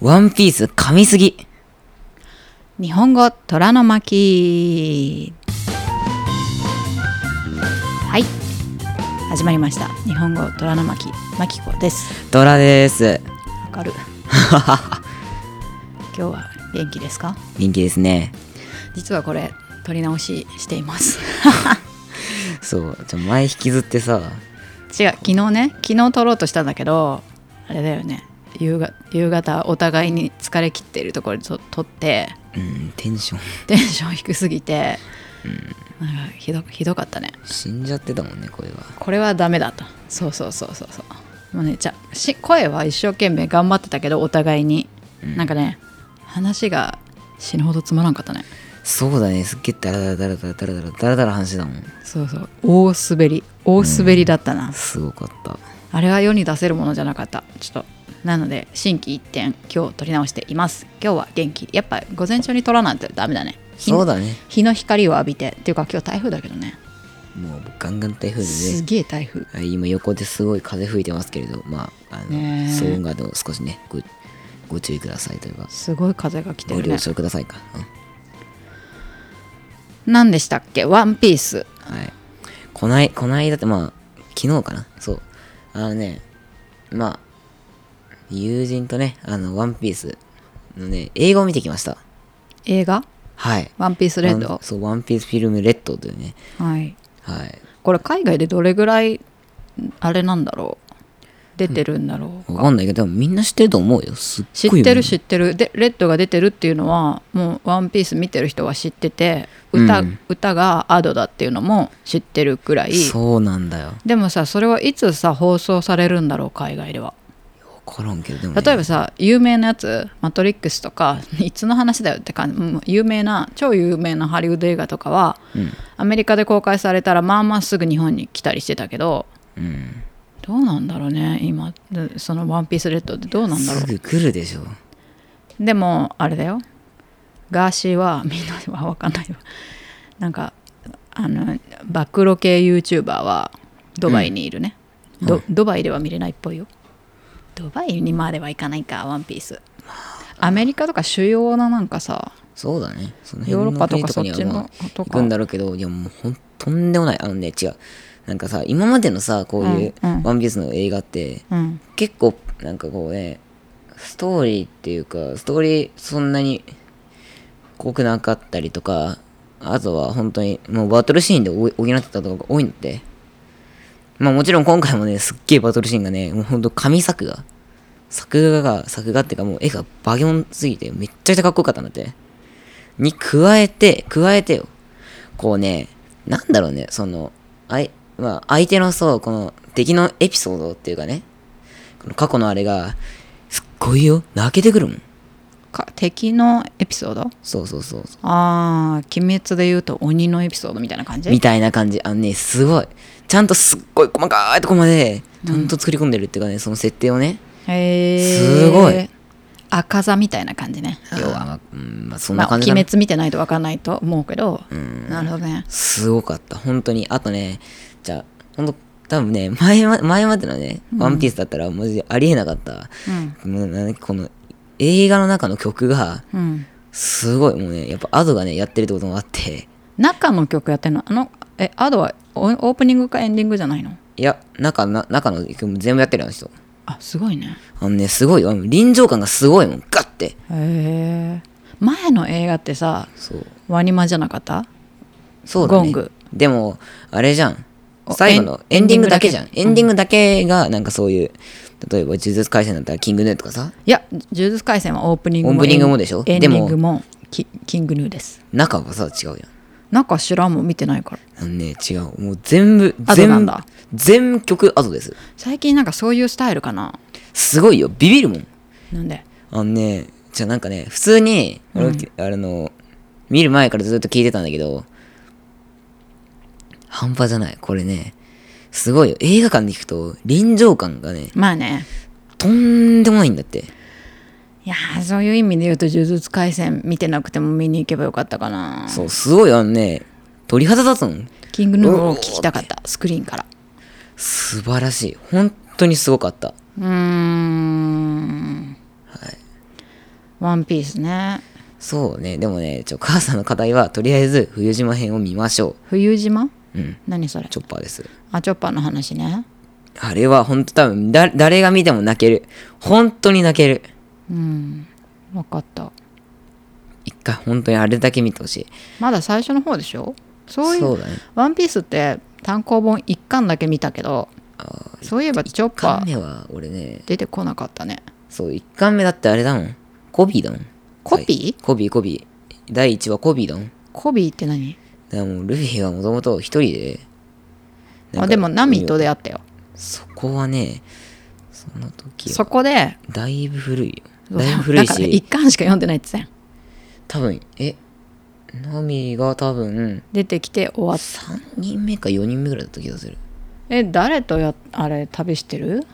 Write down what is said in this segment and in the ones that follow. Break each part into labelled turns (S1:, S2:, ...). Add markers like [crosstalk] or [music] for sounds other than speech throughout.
S1: ワンピース噛みすぎ。
S2: 日本語虎の巻はい始まりました日本語虎の巻巻子です
S1: ドラです。
S2: わかる [laughs] 今日は元気ですか
S1: 元気ですね。
S2: 実はこれ撮り直ししています
S1: そう、ちょ前引きずってさ、
S2: [laughs] 違う昨日ね昨日撮ろうとしたんだけどあれだよね夕が夕方お互いに疲れ切っているところで撮撮って
S1: うん、テンション
S2: テンション低すぎて、なんかひどひどかったね
S1: 死んじゃってたもんね、声が。
S2: これはダメだとそうそうそうそうそうもうねじゃし声は一生懸命頑張ってたけどお互いに、なんかね話が死ぬほどつまらんかったね
S1: そうだね、すっげえダラダラダラダラダラダラダラダラ話だもん。
S2: そうそう大滑り大滑りだったな、
S1: すごかった。
S2: あれは世に出せるものじゃなかったちょっとなので心機一転今日撮り直しています今日は元気やっぱ午前中に撮らないとダメだね日の
S1: そうだね。
S2: 日の光を浴びてっていうか今日台風だけどね
S1: もうガンガン台風ですね。
S2: げえ台風
S1: あ今横ですごい風吹いてますけれど、まあ、あの、
S2: ねえ
S1: 騒音がどう少しねご、ご注意くださいというか、
S2: すごい風が来て
S1: ご
S2: る
S1: 了
S2: ね
S1: 承くださいか。うん
S2: 何でしたっけワンピース
S1: はい。こない、こないだって、まあ、昨日かなそう。あのね、まあ、友人とね、あの、ワンピースのね、映画を見てきました。
S2: 映画
S1: はい。
S2: ワンピースレッド
S1: あ。そう、ワンピースフィルムレッドというね。
S2: はい。
S1: はい。
S2: これ海外でどれぐらいあれなんだろう出てるんだろう。
S1: わかんないけど、でもみんな知ってると思うよ。すっ
S2: 知っ
S1: ごい有名。
S2: てる知ってるでレッドが出てるっていうのはもう「ワンピース見てる人は知ってて歌,、
S1: うん
S2: 歌がアドだっていうのも知ってるくらい
S1: そうなんだよ。わ
S2: でもさそれはいつさ放送されるんだろう海外では
S1: からんけど、でも、ね。
S2: 例えばさ有名なやつ「マトリックス」とか [laughs] いつの話だよって感じうん有名な超有名なハリウッド映画とかは、
S1: うん
S2: アメリカで公開されたらまあまあすぐ日本に来たりしてたけど
S1: うん。
S2: どうなんだろうね今でその「ワンピースレッドってどうなんだろ
S1: すぐ来るでしょ。
S2: うでもあれだよガーシーは [laughs] みんなは分かんないわなんかあの暴露系 YouTuber はドバイにいるね、ドドバイでは見れないっぽいよドバイにまではいかないかワンピースアメリカとか主要ななんかさ
S1: そうだね。その
S2: ヨーロ
S1: 辺
S2: ッ
S1: の
S2: パと
S1: 国
S2: か
S1: とかには
S2: そっちの
S1: まあ
S2: と
S1: 行
S2: か
S1: くんだろうけど、いやもうほんとんでもない。あのね、違う。なんかさ、今までのさ、こういう
S2: うんうん
S1: ワンピースの映画って、
S2: うん
S1: 結構なんかこうね、ストーリーっていうか、ストーリーそんなに濃くなかったりとか、あとは本当にもうバトルシーンで補補ってたとこが多いんで。まあもちろん今回もね、すっげえバトルシーンがね、もうほんと神作画。作画が、作画っていうかもう絵がバギョンすぎてめっちゃくちゃかっこよかったんだって。に加えて、加えてよ。こうね、なんだろうね、その、あい、まあ相手のそう、この敵のエピソードっていうかね、この過去のあれが、すっごいよ、泣けてくるもん。
S2: か敵のエピソード
S1: そうそうそうそ
S2: ああ鬼滅で言うと鬼のエピソードみたいな感じ
S1: う。みたいな感じ。あのね、すごい。ちゃんとすっごい細かいとこまで、ちゃんと作り込んでるっていうかね、その設定をね。
S2: へー
S1: すごい
S2: 赤座みたいな感じね要は、
S1: は、まあうん、まあそん
S2: ま
S1: な
S2: あ、
S1: 感
S2: 鬼
S1: じかな。
S2: 滅見てないと分かんないと思うけどなるほどね
S1: すごかった。本当に。あとね、じゃあ、本当多分ね、前ま、前までのね、ワンピースだったら、マジでありえなかった。もうなんだっけこの、映画の中の曲が、
S2: うん
S1: すごい、もうね、やっぱアドがね、やってるってこともあって、
S2: 中の曲やってんのあのえアドはオオープニングかエンディングじゃないの
S1: いや、中、な中の曲も全部やってるよ、あの人。
S2: あすごいね
S1: あのね、すごいよ。あの臨場感がすごいもん。ガッて。
S2: へえ前の映画ってさ
S1: そう。
S2: ワニマじゃなかった
S1: そうだね。
S2: ゴング
S1: でも、あれじゃん。
S2: お
S1: 最後の
S2: エン
S1: エンディングだけじゃん。
S2: エ
S1: エ
S2: ン
S1: ンデ
S2: ディ
S1: ィ
S2: ン
S1: ングだけが、なんかそういう、例えば、呪術廻戦だったら、キングヌーとかさ、
S2: いや「呪術廻戦」はオープニング
S1: オ
S2: も
S1: ープニングもでしょ
S2: エンデ
S1: でも
S2: ィングもキキングヌーです
S1: 中はさ、違うやん。
S2: 中知らんもん見てないから
S1: あのね、違う。もう全部、
S2: アド
S1: 全
S2: なん
S1: 部
S2: だ、
S1: 全曲後です。
S2: 最近なんかそういうスタイルかな
S1: すごいよ。ビビるもん。
S2: なんで
S1: あのね、じゃあなんかね、普通に、俺、あれの、見る前からずっと聞いてたんだけど、半端じゃない。これね、すごいよ。映画館で聞くと、臨場感がね、
S2: まあね
S1: とんでもないんだって。
S2: いやーそういう意味で言うと呪術廻戦見てなくても見に行けばよかったかな
S1: そう、すごいあのね、鳥肌立つの。
S2: キングヌーを聞きたかったスクリーンから
S1: 素晴らしい。本当にすごかった。
S2: うーん、ワンピースね
S1: そうねでもねちょ母さんの課題はとりあえず冬島編を見ましょ
S2: 冬島
S1: ううん
S2: 何それ
S1: チョッパーです
S2: あチョッパーの話ね
S1: あれは本当多分だ誰が見ても泣ける本当に泣ける
S2: うん分かった
S1: 一回本当にあれだけ見てほしい
S2: まだ最初の方でしょそういう
S1: うだね
S2: ワンピースって単行本1巻だけ見たけど
S1: あー
S2: そういえばチョッ
S1: 一巻
S2: パー
S1: 目は俺ね
S2: 出てこなかったね
S1: そう一巻目だってあれだもんコビーだもん
S2: コピ
S1: コビーコビー第1話コビーだもん
S2: ーコビーって何
S1: だからもうルフィはもともと一人でなん
S2: あ
S1: か
S2: でもナミと出会ったよ
S1: そこはねその時は
S2: そこで
S1: だいぶ古いよだいぶ古
S2: だ
S1: い
S2: から
S1: し
S2: 1巻しか読んでないって言ってたや
S1: 多
S2: ん
S1: 分えナミが多分
S2: 出てきて終わっ
S1: 3人目か4人目ぐらいだった気がする
S2: え誰とやあれ旅してる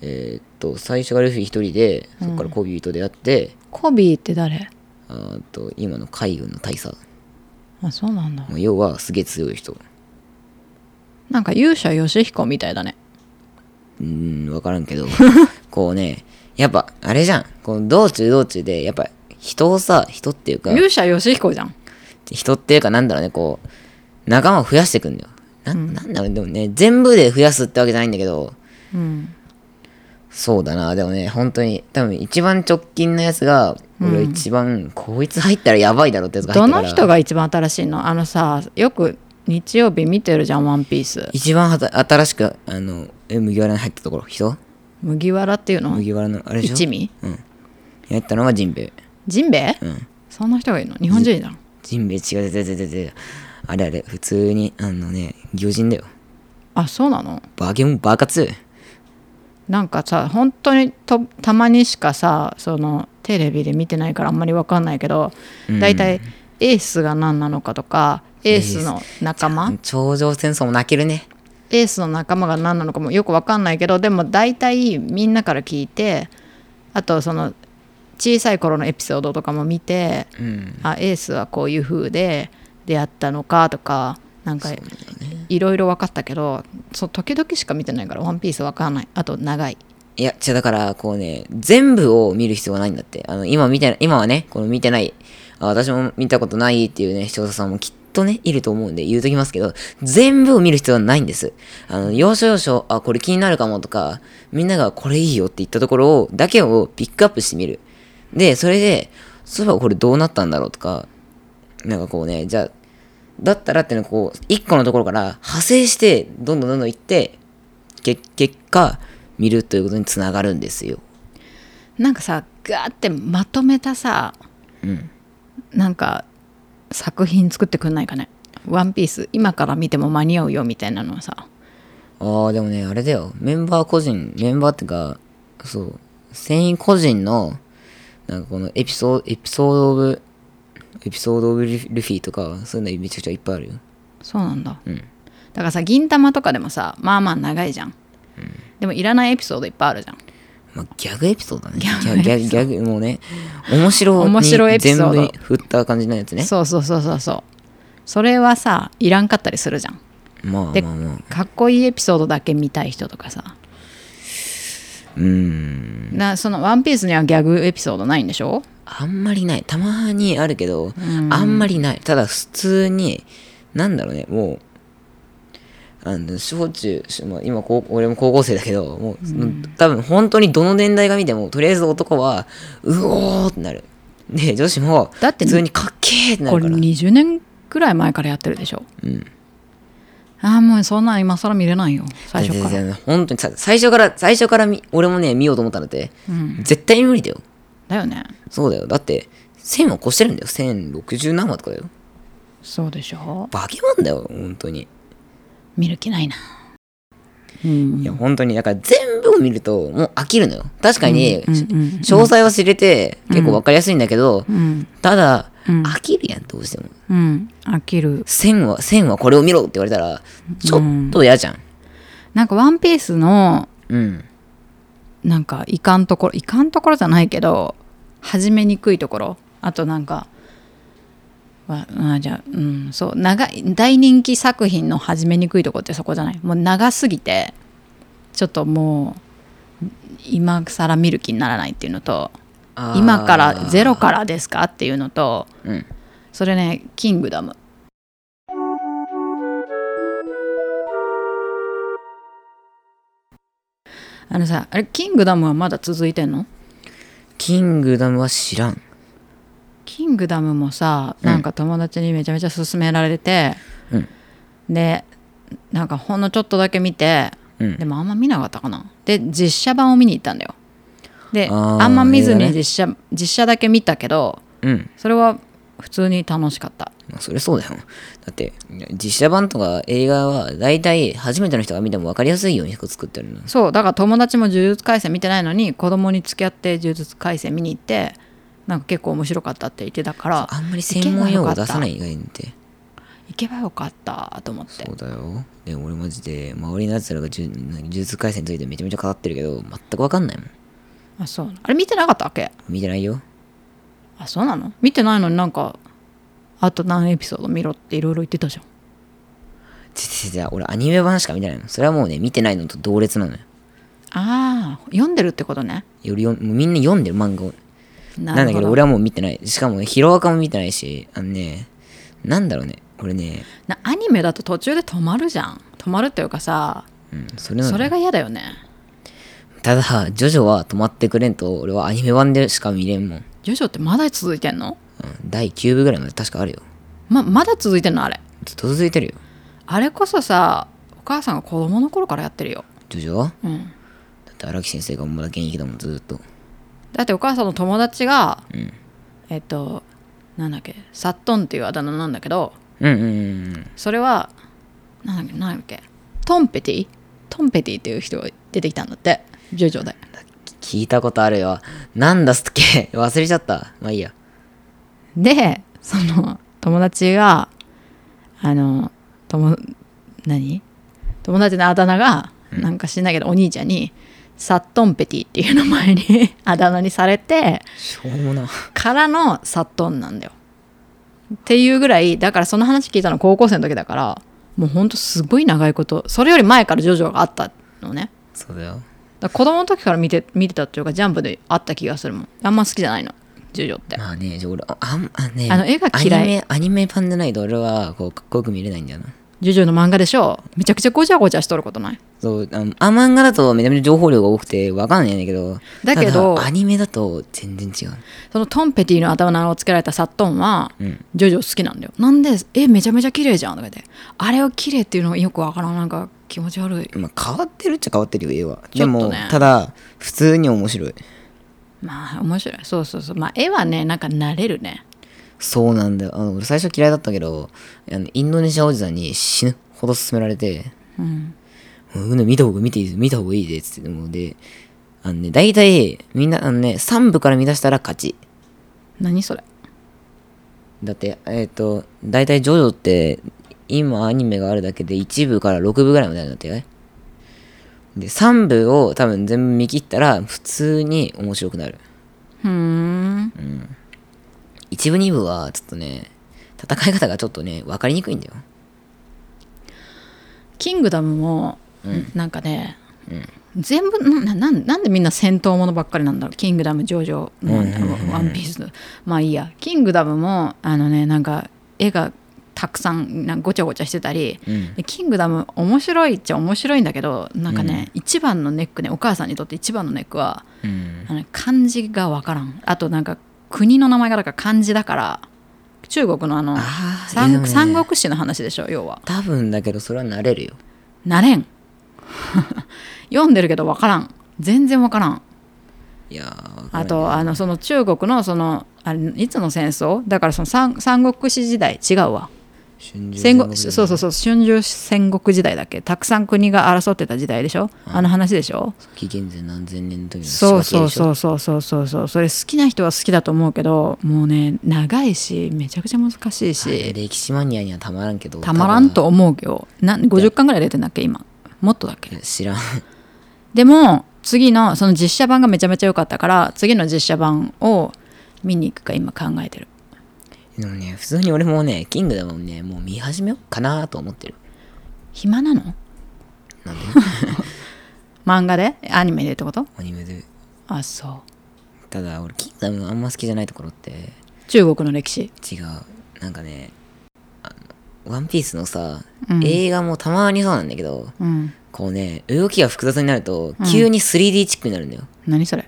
S1: えーっと最初がルフィ一人でそこからコビーと出会って、
S2: コビーって誰
S1: あーっと今の海軍の大佐
S2: あそうなんだ
S1: もう要はすげえ強い人
S2: なんか勇者ヨシヒコみたいだね
S1: うーん分からん
S2: [laughs]
S1: けどこうねやっぱあれじゃんこの道中道中でやっぱ人をさ人っていうか
S2: 勇者ヨシヒコじゃん
S1: 人っていうかなんだろうねこう仲間を増やしていくんだよな,、ん、なんだろうでもね全部で増やすってわけじゃないんだけど
S2: うん
S1: そうだなでもね本当に多分一番直近のやつが俺は一番、こいつ入ったらやばいだろってやつが入
S2: ど
S1: ったから
S2: の人が一番新しいのあのさよく日曜日見てるじゃん「ワンピース
S1: 一番はた新しくあのえ麦わらに入ったところ人
S2: 麦わらっていうの
S1: 麦わらのあれでしょ
S2: 一味
S1: やったのがジンベエ
S2: ジンベエ
S1: うん
S2: そんな人がいるの日本人じゃん
S1: ジンベエ違う違う違う違うあれあれ普通にあのね魚人だよ
S2: あそうなの
S1: バケモンバカ強い
S2: なんかさ本当にとたまにしかさそのテレビで見てないからあんまりわかんないけど大体、エースが何なのかとかエースの仲間
S1: 頂上戦争も泣けるね
S2: エースの仲間が何なのかもよくわかんないけどでも大体みんなから聞いてあとその小さい頃のエピソードとかも見て
S1: うん
S2: あエースはこういう風で出会ったのかとかなんかいろいろ分かったけどそう時々しか見てないから「ワンピース分かんないあと長い
S1: いや、違う、だから、こうね、全部を見る必要はないんだって。あの、今見てな、今はね、この見てない、あ私も見たことないっていうね、視聴者さんもきっとね、いると思うんで言うときますけど、全部を見る必要はないんです。あの、要所要所、あ、これ気になるかもとか、みんながこれいいよって言ったところを、だけをピックアップしてみる。で、それで、そういえばこれどうなったんだろうとか、なんかこうね、じゃあ、だったらっていうのはこう、一個のところから派生して、どんどんどんどん行って、け結果見るということにつながるんですよ。
S2: なんかさガーってまとめたさ
S1: うん、
S2: なんか作品作ってくんないかね「ワンピース今から見ても間に合うよみたいなのはさ
S1: ああでもねあれだよメンバー個人メンバーってかそう船員個人のなんかこのエピソードエピソードオブエピソードオブルフィとかそういうのめちゃくちゃいっぱいあるよ。
S2: そうなんだ、
S1: うん
S2: だからさ銀魂とかでもさまあまあ長いじゃん、でもいらないエピソードいっぱいあるじゃん
S1: まあ、ギャグエピソードだね。ギャグギャグギャグもうね面白
S2: 面白いエ
S1: に
S2: ピソー
S1: 全
S2: ド
S1: 部に振った感じのやつね。
S2: そうそうそうそうそうそれはさいらんかったりするじゃん
S1: まあ
S2: で
S1: まあまあ
S2: かっこいいエピソードだけ見たい人とかさ
S1: うーん
S2: なその「ワンピースにはギャグエピソードないんでしょ
S1: あんまりないたまにあるけど、
S2: ん
S1: あんまりない。ただ普通に、なんだろうね、もう、あの、小中、しまあ、今高、俺も高校生だけど、もう、多分本当にどの年代が見ても、とりあえず男は、うおーってなる。で、女子も、
S2: だって
S1: 普通にかっけーってな
S2: こ
S1: る
S2: れ
S1: から。
S2: 20年くらい前からやってるでしょ
S1: うん
S2: ああもうそんなん今更見れないよ最初か
S1: 全
S2: ら、
S1: 然本当にさ、最初から、最初からみ俺もね、見ようと思ったんだって、
S2: うん、
S1: 絶対に無理だよ。
S2: だよね
S1: そうだよ。だって、1000を越してるんだよ。1060何話とかだよ。
S2: そうでしょ
S1: バケモンだよ、本当に。
S2: 見る気ないなうん
S1: いや、本当に、だから全部を見ると、もう飽きるのよ。確かに、
S2: うんうんうん
S1: 詳細は知れて、結構わかりやすいんだけど、
S2: うん
S1: ただ、
S2: うん
S1: 飽きるやん、どうしても。
S2: うん飽きる
S1: 千は、千はこれを見ろって言われたら、ちょっと嫌じゃん。
S2: なんか「ワンピースの
S1: うん。
S2: なんかいかんところいかんところじゃないけど始めにくいところあとなんかわあじゃあうんそう長い大人気作品の始めにくいところってそこじゃないもう長すぎてちょっともう今更見る気にならないっていうのと
S1: あー
S2: 今からゼロからですかっていうのと
S1: うん
S2: それね「キングダムあのさあれ「キングダム」はまだ続いてんの
S1: キングダムは知らん
S2: キングダムもさ
S1: うん
S2: なんか友達にめちゃめちゃ勧められて、
S1: うん
S2: でなんかほんのちょっとだけ見て
S1: うん
S2: でもあんま見なかったかなで実写版を見に行ったんだよで
S1: あ
S2: あ
S1: ー
S2: んま見ず
S1: 映画
S2: に
S1: ね
S2: 実写,、実写だけ見たけど
S1: うん
S2: それは普通に楽しかった
S1: まあそりゃそうだよだって実写版とか映画は大体初めての人が見ても分かりやすいように作ってるんだ
S2: そうだから友達も呪術廻戦見てないのに子供に付き合って呪術廻戦見に行ってなんか結構面白かったって言ってたから
S1: あんまり専門用語出さないい以外にって
S2: 行けばよかったと思って
S1: そうだよで俺マジで周りのやつらが呪呪術廻戦についてめちゃめちゃ語ってるけど全く分かんないもん
S2: あそうあれ見てなかったっけ
S1: 見てないよ
S2: あそうなの見てないのになんかあと何エピソード見ろっていろいろ言ってたじゃん
S1: ちちち俺アニメ版しか見てないのそれはもうね見てないのと同列なのよ
S2: ああ読んでるってことね
S1: よりよもうみんな読んでる漫画を
S2: な
S1: なんだけど俺
S2: は
S1: はもう見てないしかもねヒロアカも見てないしあのねなんだろうね俺ね
S2: なアニメだと途中で止まるじゃん止まるっていうかさ
S1: うんそれなの
S2: それが嫌だよね
S1: ただジョジョは止まってくれんと俺はアニメ版でしか見れんもん、うん、
S2: ジョジョってまだ続いてんの
S1: 第9部ぐらいまで確かあるよ
S2: ままだ続いてんのあれ
S1: ずっと続いてるよ
S2: あれこそさお母さんが子供の頃からやってるよ、
S1: ジョジョは
S2: うん、
S1: だって荒木先生がまだ現役だもんずーっと
S2: だってお母さんの友達が、
S1: ん
S2: えっとなんだっけサットンっていうあだ名なんだけど
S1: うんうんうんうん
S2: それはなんだっけなんだっけトンペティトンペティっていう人が出てきたんだってジョジョで
S1: 聞いたことあるよなんだっけ [laughs] 忘れちゃったまあいいや
S2: でその友達があの友何友達のあだ名がなんか知んないけど、お兄ちゃんにサットンペティっていう名前に [laughs] あだ名にされて
S1: しょうもな
S2: からのサットンなんだよっていうぐらいだからその話聞いたの高校生の時だからもうほんとすごい長いことそれより前からジョジョがあったのね
S1: そうだよ
S2: だから子供の時から見て見てたっていうかジャンプであった気がするもんあんま好きじゃないのジョジョって
S1: まあねじゃあ俺ああんあね
S2: あの絵が嫌い
S1: アニメアニメ版でないと俺はこうかっこよく見れないんだよな
S2: ジョジョの漫画でしょめちゃくちゃごちゃごちゃしとることない
S1: そうああ漫画だとめちゃめちゃ情報量が多くてわかんないんだけど
S2: だけど
S1: ただアニメだと全然違う
S2: そのトンペティの頭をつけられたサットンは、
S1: うん
S2: ジョジョ好きなんだよなんでえめちゃめちゃ綺麗じゃんとか言ってあれを綺麗っていうのがよくわからんなんか気持ち悪い
S1: まあ変わってるっちゃ変わってるよ絵は
S2: ちょ
S1: で
S2: っとね
S1: もただ普通に面白い
S2: まあ面白いそうそうそうまあ絵はねなんか慣れるね
S1: そうなんだよあの俺最初嫌いだったけどあのインドネシアおじさんに死ぬほど勧められて
S2: うん
S1: 「うん、見た方が見ていい見た方がいいで」っつってもうであのね大体みんなあのね3部から見出したら勝ち
S2: 何それ
S1: だってえっ、と大体ジョジョって今アニメがあるだけで1部から6部ぐらいまであるんだってねで3部を多分全部見切ったら普通に面白くなる
S2: ふーん
S1: 1部2部はちょっとね戦い方がちょっとね分かりにくいんだよ
S2: キングダムも、なんかね、全部なななんなんでみんな戦闘ものばっかりなんだろうキングダムジョジョワンピースのまあいいやキングダムもあのねなんか絵がたくさんなんかごちゃごちゃしてたり、
S1: うん
S2: でキングダム面白いっちゃ面白いんだけどなんかね、一番のネックねお母さんにとって一番のネックは
S1: うん
S2: あの漢字がわからんあとなんか国の名前がだから漢字だから中国のあの
S1: あーいや
S2: 三
S1: ね
S2: 三国志の話でしょ要は [laughs]
S1: 多分だけどそれは慣れるよ
S2: なれん読んでるけどわからん全然わからん
S1: いやーわかん
S2: あ
S1: ない
S2: とあのその中国のそのあれいつの戦争だからその三三国志時代違うわ
S1: 春秋戦
S2: 戦国
S1: 国
S2: そうそうそう春秋戦国時代だっけたくさん国が争ってた時代でしょあの話でしょ
S1: 紀元前何千年の時の
S2: そうそう
S1: う
S2: そうそうそうそうそうそれ好きな人は好きだと思うけどもうね長いしめちゃくちゃ難しいし
S1: 歴史マニアにはたまらんけど
S2: たまらんと思うけどな50巻ぐらい出てんだっけ今もっとだっけ
S1: 多分知らん [laughs]
S2: でも次のその実写版がめちゃめちゃ良かったから次の実写版を見に行くか今考えてる
S1: でもね普通に俺もねキングダムもねもう見始めようかなと思ってる
S2: 暇な [laughs] の
S1: なんで
S2: 漫画でアニメでってこと
S1: アニメで
S2: あそう
S1: ただ俺キングダムあんま好きじゃないところって
S2: 中国の歴史、
S1: 違うなんかねあのワンピースのさ、
S2: うん
S1: 映画もたまにそうなんだけど
S2: うん、
S1: こうね動きが複雑になると急に 3D チックになるんだよ、
S2: 何それ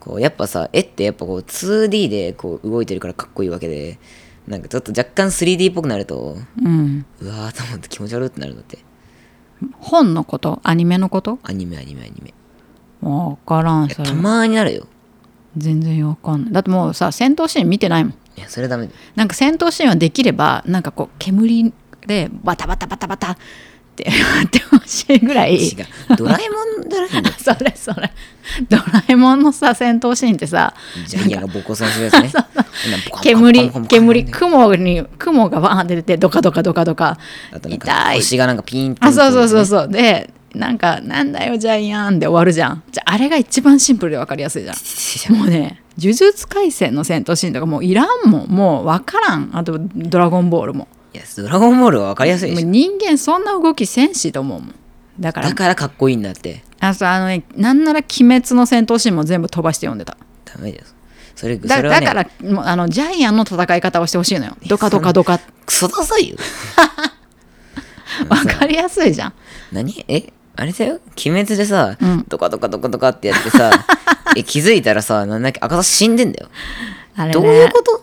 S1: こうやっぱさ絵ってやっぱこう 2D でこう動いてるからかっこいいわけでなんかちょっと若干 3D っぽくなると
S2: うん
S1: うわーと思って気持ち悪いってなるのって
S2: 本のことアニメのこと
S1: アニメアニメアニメ
S2: わからんそれ
S1: たまーになるよ
S2: 全然わかんないだってもうさ戦闘シーン見てないもん
S1: いやそれはダメだよ
S2: なんか戦闘シーンはできればなんかこう煙でバタバタバタバタってやってほしいぐらい
S1: 違うドラえもんだらけだよ
S2: [laughs] それそれドラえもんのさ戦闘シーンってさ
S1: ジャイアンがボコさんするや
S2: [laughs]
S1: つねなんかボコン
S2: 煙
S1: ボコンボコンボコン
S2: 煙雲に雲がわーって出てドカドカドカドカ
S1: あとなんか
S2: 痛い
S1: 腰がなんかピーンって
S2: あそうそうそうそうでなんか「なんだよジャイアン」で終わるじゃんじゃああれが一番シンプルで分かりやすいじゃんもうね呪術廻戦の戦闘シーンとかもういらんもんもう分からんあと「ドラゴンボールも」
S1: いやドラゴンボールは分かりやすいで
S2: もう
S1: しょ
S2: 人間そんな動きせんしと思うもんだから
S1: だからかっこいいんだって
S2: あそうあのねなんなら「鬼滅」の戦闘シーンも全部飛ばして読んでた
S1: ダメだよそれ
S2: だ
S1: それは
S2: だ
S1: ね
S2: からもうあのジャイアンの戦い方をしてほしいのよドカドカドカ
S1: クソダサいよ
S2: 分かりやすいじゃん
S1: 何えあれだよ鬼滅でさ、
S2: うん
S1: ドカドカドカドカってやって
S2: [laughs]
S1: さえ気づいたらさなんだっけ赤座死んでんだよ
S2: あれね
S1: どういうこと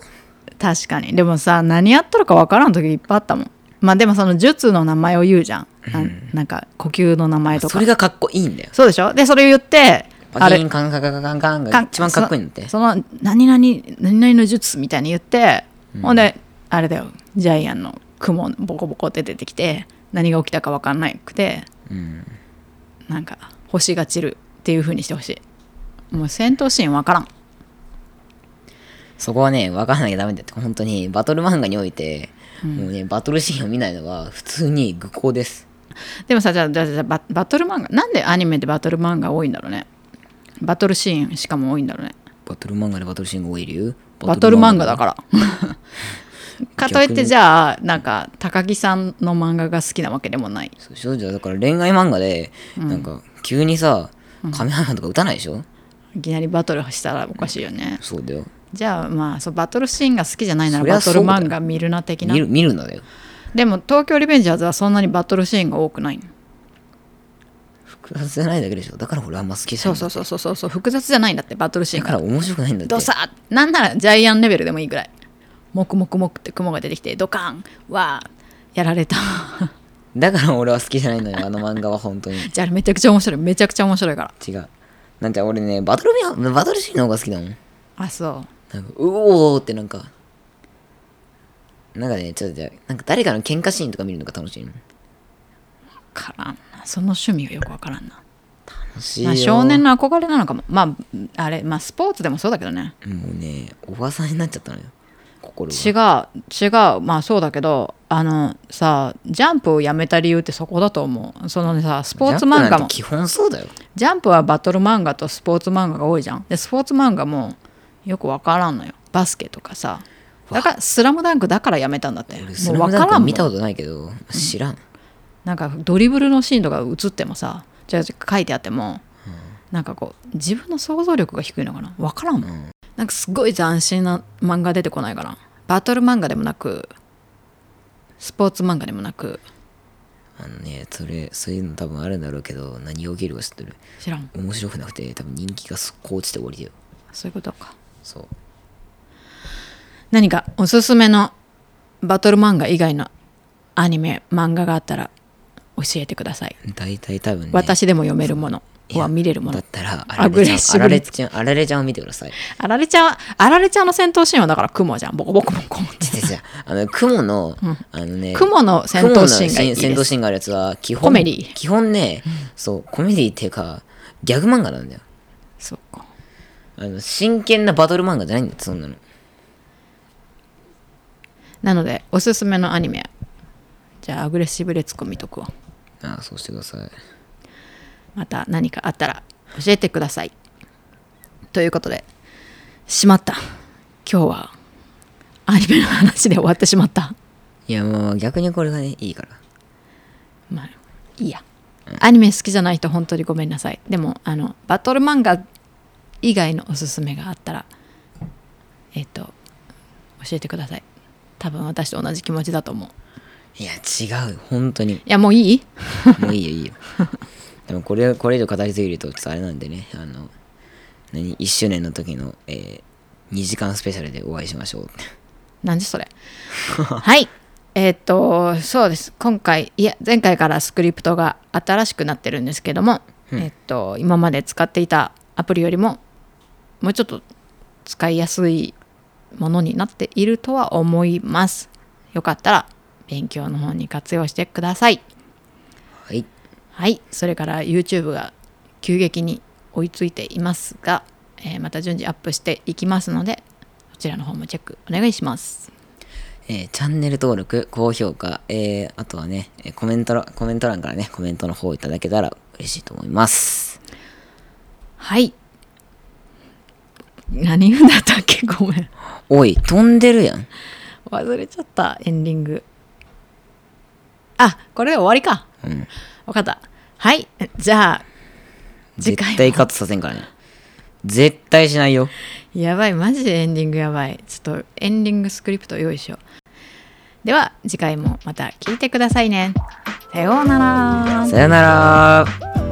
S2: 確かにでもさ何やっとるか分からん時いっぱいあったもんまあでもその術の名前を言うじゃん、ななんか呼吸の名前とか
S1: それがかっこいいんだよ
S2: そうでしょでそれ言って
S1: パ
S2: あ
S1: キー
S2: れ
S1: ンカンカンカンカンカン
S2: か
S1: が一番かっこいいんだって
S2: そその何々何々の術みたいに言って、ほんであれだよジャイアンの雲ボコボコって出てきて何が起きたか分かんないくて、なんか星が散るっていう風にしてほしいもう戦闘シーン分からん
S1: そこはね分からなきゃダメだって本当にバトル漫画において、もうねバトルシーンを見ないのは普通に愚行です
S2: でもさじゃあじゃあじゃあババトル漫画なんでアニメでバトル漫画多いんだろうねバトルシーンしかも多いんだろうね
S1: バトル漫画でバトルシーンが多い理由
S2: バトル漫画
S1: か
S2: だ
S1: [laughs]
S2: からかといってじゃあなんか高木さんの漫画が好きなわけでもない
S1: そうでしょじゃあだから恋愛漫画で、なんか急にさカメハメハとか打たないでしょ、
S2: いきなりバトルしたらおかしいよね
S1: そうだよ
S2: じゃあまあそうバトルシーンが好きじゃないな
S1: そり
S2: ら
S1: ゃ
S2: バトル
S1: そうだよ
S2: 漫画見るな的な
S1: 見る見るんだよ
S2: でも東京リベンジャーズはそんなにバトルシーンが多くないの
S1: 複雑じゃないだけでしょだから俺あんま好きじゃな
S2: そう
S1: い
S2: そうそうそうそうそう複雑じゃないんだってバトルシーン
S1: だか
S2: が
S1: ら面白くないんだって
S2: ドサーッなんならジャイアンレベルでもいいぐらいモクモクモクって雲が出てきてドカンわーやられた [laughs]
S1: だから俺は好きじゃないのよあの漫画は本当に
S2: じゃああれめちゃくちゃ面白いめちゃくちゃ面白いから
S1: 違うなんて俺ねバトルミアバトルシーンの方が好きだもん
S2: あそう
S1: なんかうおーってなんかなんかねちょっとじゃあなんか誰かの喧嘩シーンとか見るのが楽しいの
S2: からんなその趣味がよくわからんな、
S1: 楽しいよ、
S2: まあ、少年の憧れなのかもまああれまあスポーツでもそうだけどね
S1: もうねおばさんになっちゃったのよ心が
S2: 違う違うまあそうだけどあのさジャンプをやめた理由ってそこだと思うそのねさスポーツ漫
S1: ジャンプな
S2: 画
S1: ん
S2: も
S1: て基本そうだよ
S2: ジャンプはバトル漫画とスポーツ漫画が多いじゃんでスポーツ漫画もよくわからんのよバスケとかさだから「スラムダンクだからやめたんだって
S1: 俺ス
S2: もう
S1: ラ
S2: わ
S1: ム
S2: か
S1: ダン
S2: ら
S1: ク
S2: んもん
S1: 見たことないけど知らん
S2: なんかドリブルのシーンとか映ってもさじゃあ書いてあっても、なんかこう自分の想像力が低いのかなわからんもん、
S1: うん
S2: なんかすごい斬新な漫画出てこないかなバトル漫画でもなくスポーツ漫画でもなく
S1: あのねそれそういうの多分あるんだろうけど何が起きるか知ってる
S2: 知らん
S1: 面白くなくて多分人気が速攻落ちて終わりだよ
S2: そういうことか
S1: そう
S2: 何かおすすめのバトル漫画以外のアニメ漫画があったら教えてください、
S1: 大体多分ね
S2: 私でも読めるものは見れるも
S1: だ
S2: の
S1: ったらあ
S2: アグ
S1: ら
S2: レッ
S1: れ
S2: シ
S1: ちゃ
S2: ブ
S1: んあられちゃんあられちゃんを見てください
S2: あられちゃんはあられちゃんの戦闘シーンはだから雲じゃんボコボコボコって
S1: 違う違うあの雲の、あのね
S2: 雲の戦闘シーンがいいです
S1: 雲の戦闘シーンがあるやつは基本
S2: コメディ
S1: 基本ねそうコメディっていうかギャグ漫画なんだよ
S2: そうか
S1: あの真剣なバトル漫画じゃないんだよそんなの
S2: なのでおすすめのアニメじゃあアグレッシブレツコ見とくわ
S1: ああそうしてください
S2: また何かあったら教えてくださいということでしまった今日はアニメの話で終わってしまった
S1: いやまあ逆にこれがねいいから
S2: まあいいやアニメ好きじゃない人本当にごめんなさいでもあのバトル漫画以外のおすすめがあったらえっ、と教えてください多分私と同じ気持ちだと思う
S1: いや違う本当に
S2: いやもういい
S1: もういいよ
S2: [laughs]
S1: いいよでもこれこれ以上語りすぎるとちょっとあれなんでねあの何1周年の時の、え2時間スペシャルでお会いしましょう
S2: 何時それ [laughs] はいえーっとそうです今回いや前回からスクリプトが新しくなってるんですけども、えーっと今まで使っていたアプリよりももうちょっと使いやすいものになっているとは思いますよかったら勉強の方に活用してください
S1: はい
S2: はいそれから YouTube が急激に追いついていますが、えーまた順次アップしていきますのでそちらの方もチェックお願いします
S1: えーチャンネル登録、高評価、えーあとはね、えーコメントら、コメント欄からね、コメントの方いただけたら嬉しいと思います。
S2: はい。何言うんだったっけ [laughs] ごめん。
S1: おい、飛んでるやん。
S2: 忘れちゃった、エンディング。あ、これで終わりか。
S1: うん。
S2: わかった。はい。じゃあ、次回も
S1: 絶対カットさせんからね。絶対しないよ。
S2: やばい。マジでエンディングやばい。ちょっとエンディングスクリプト用意しよう。では、次回もまた聞いてくださいね。さようなら。
S1: さよなら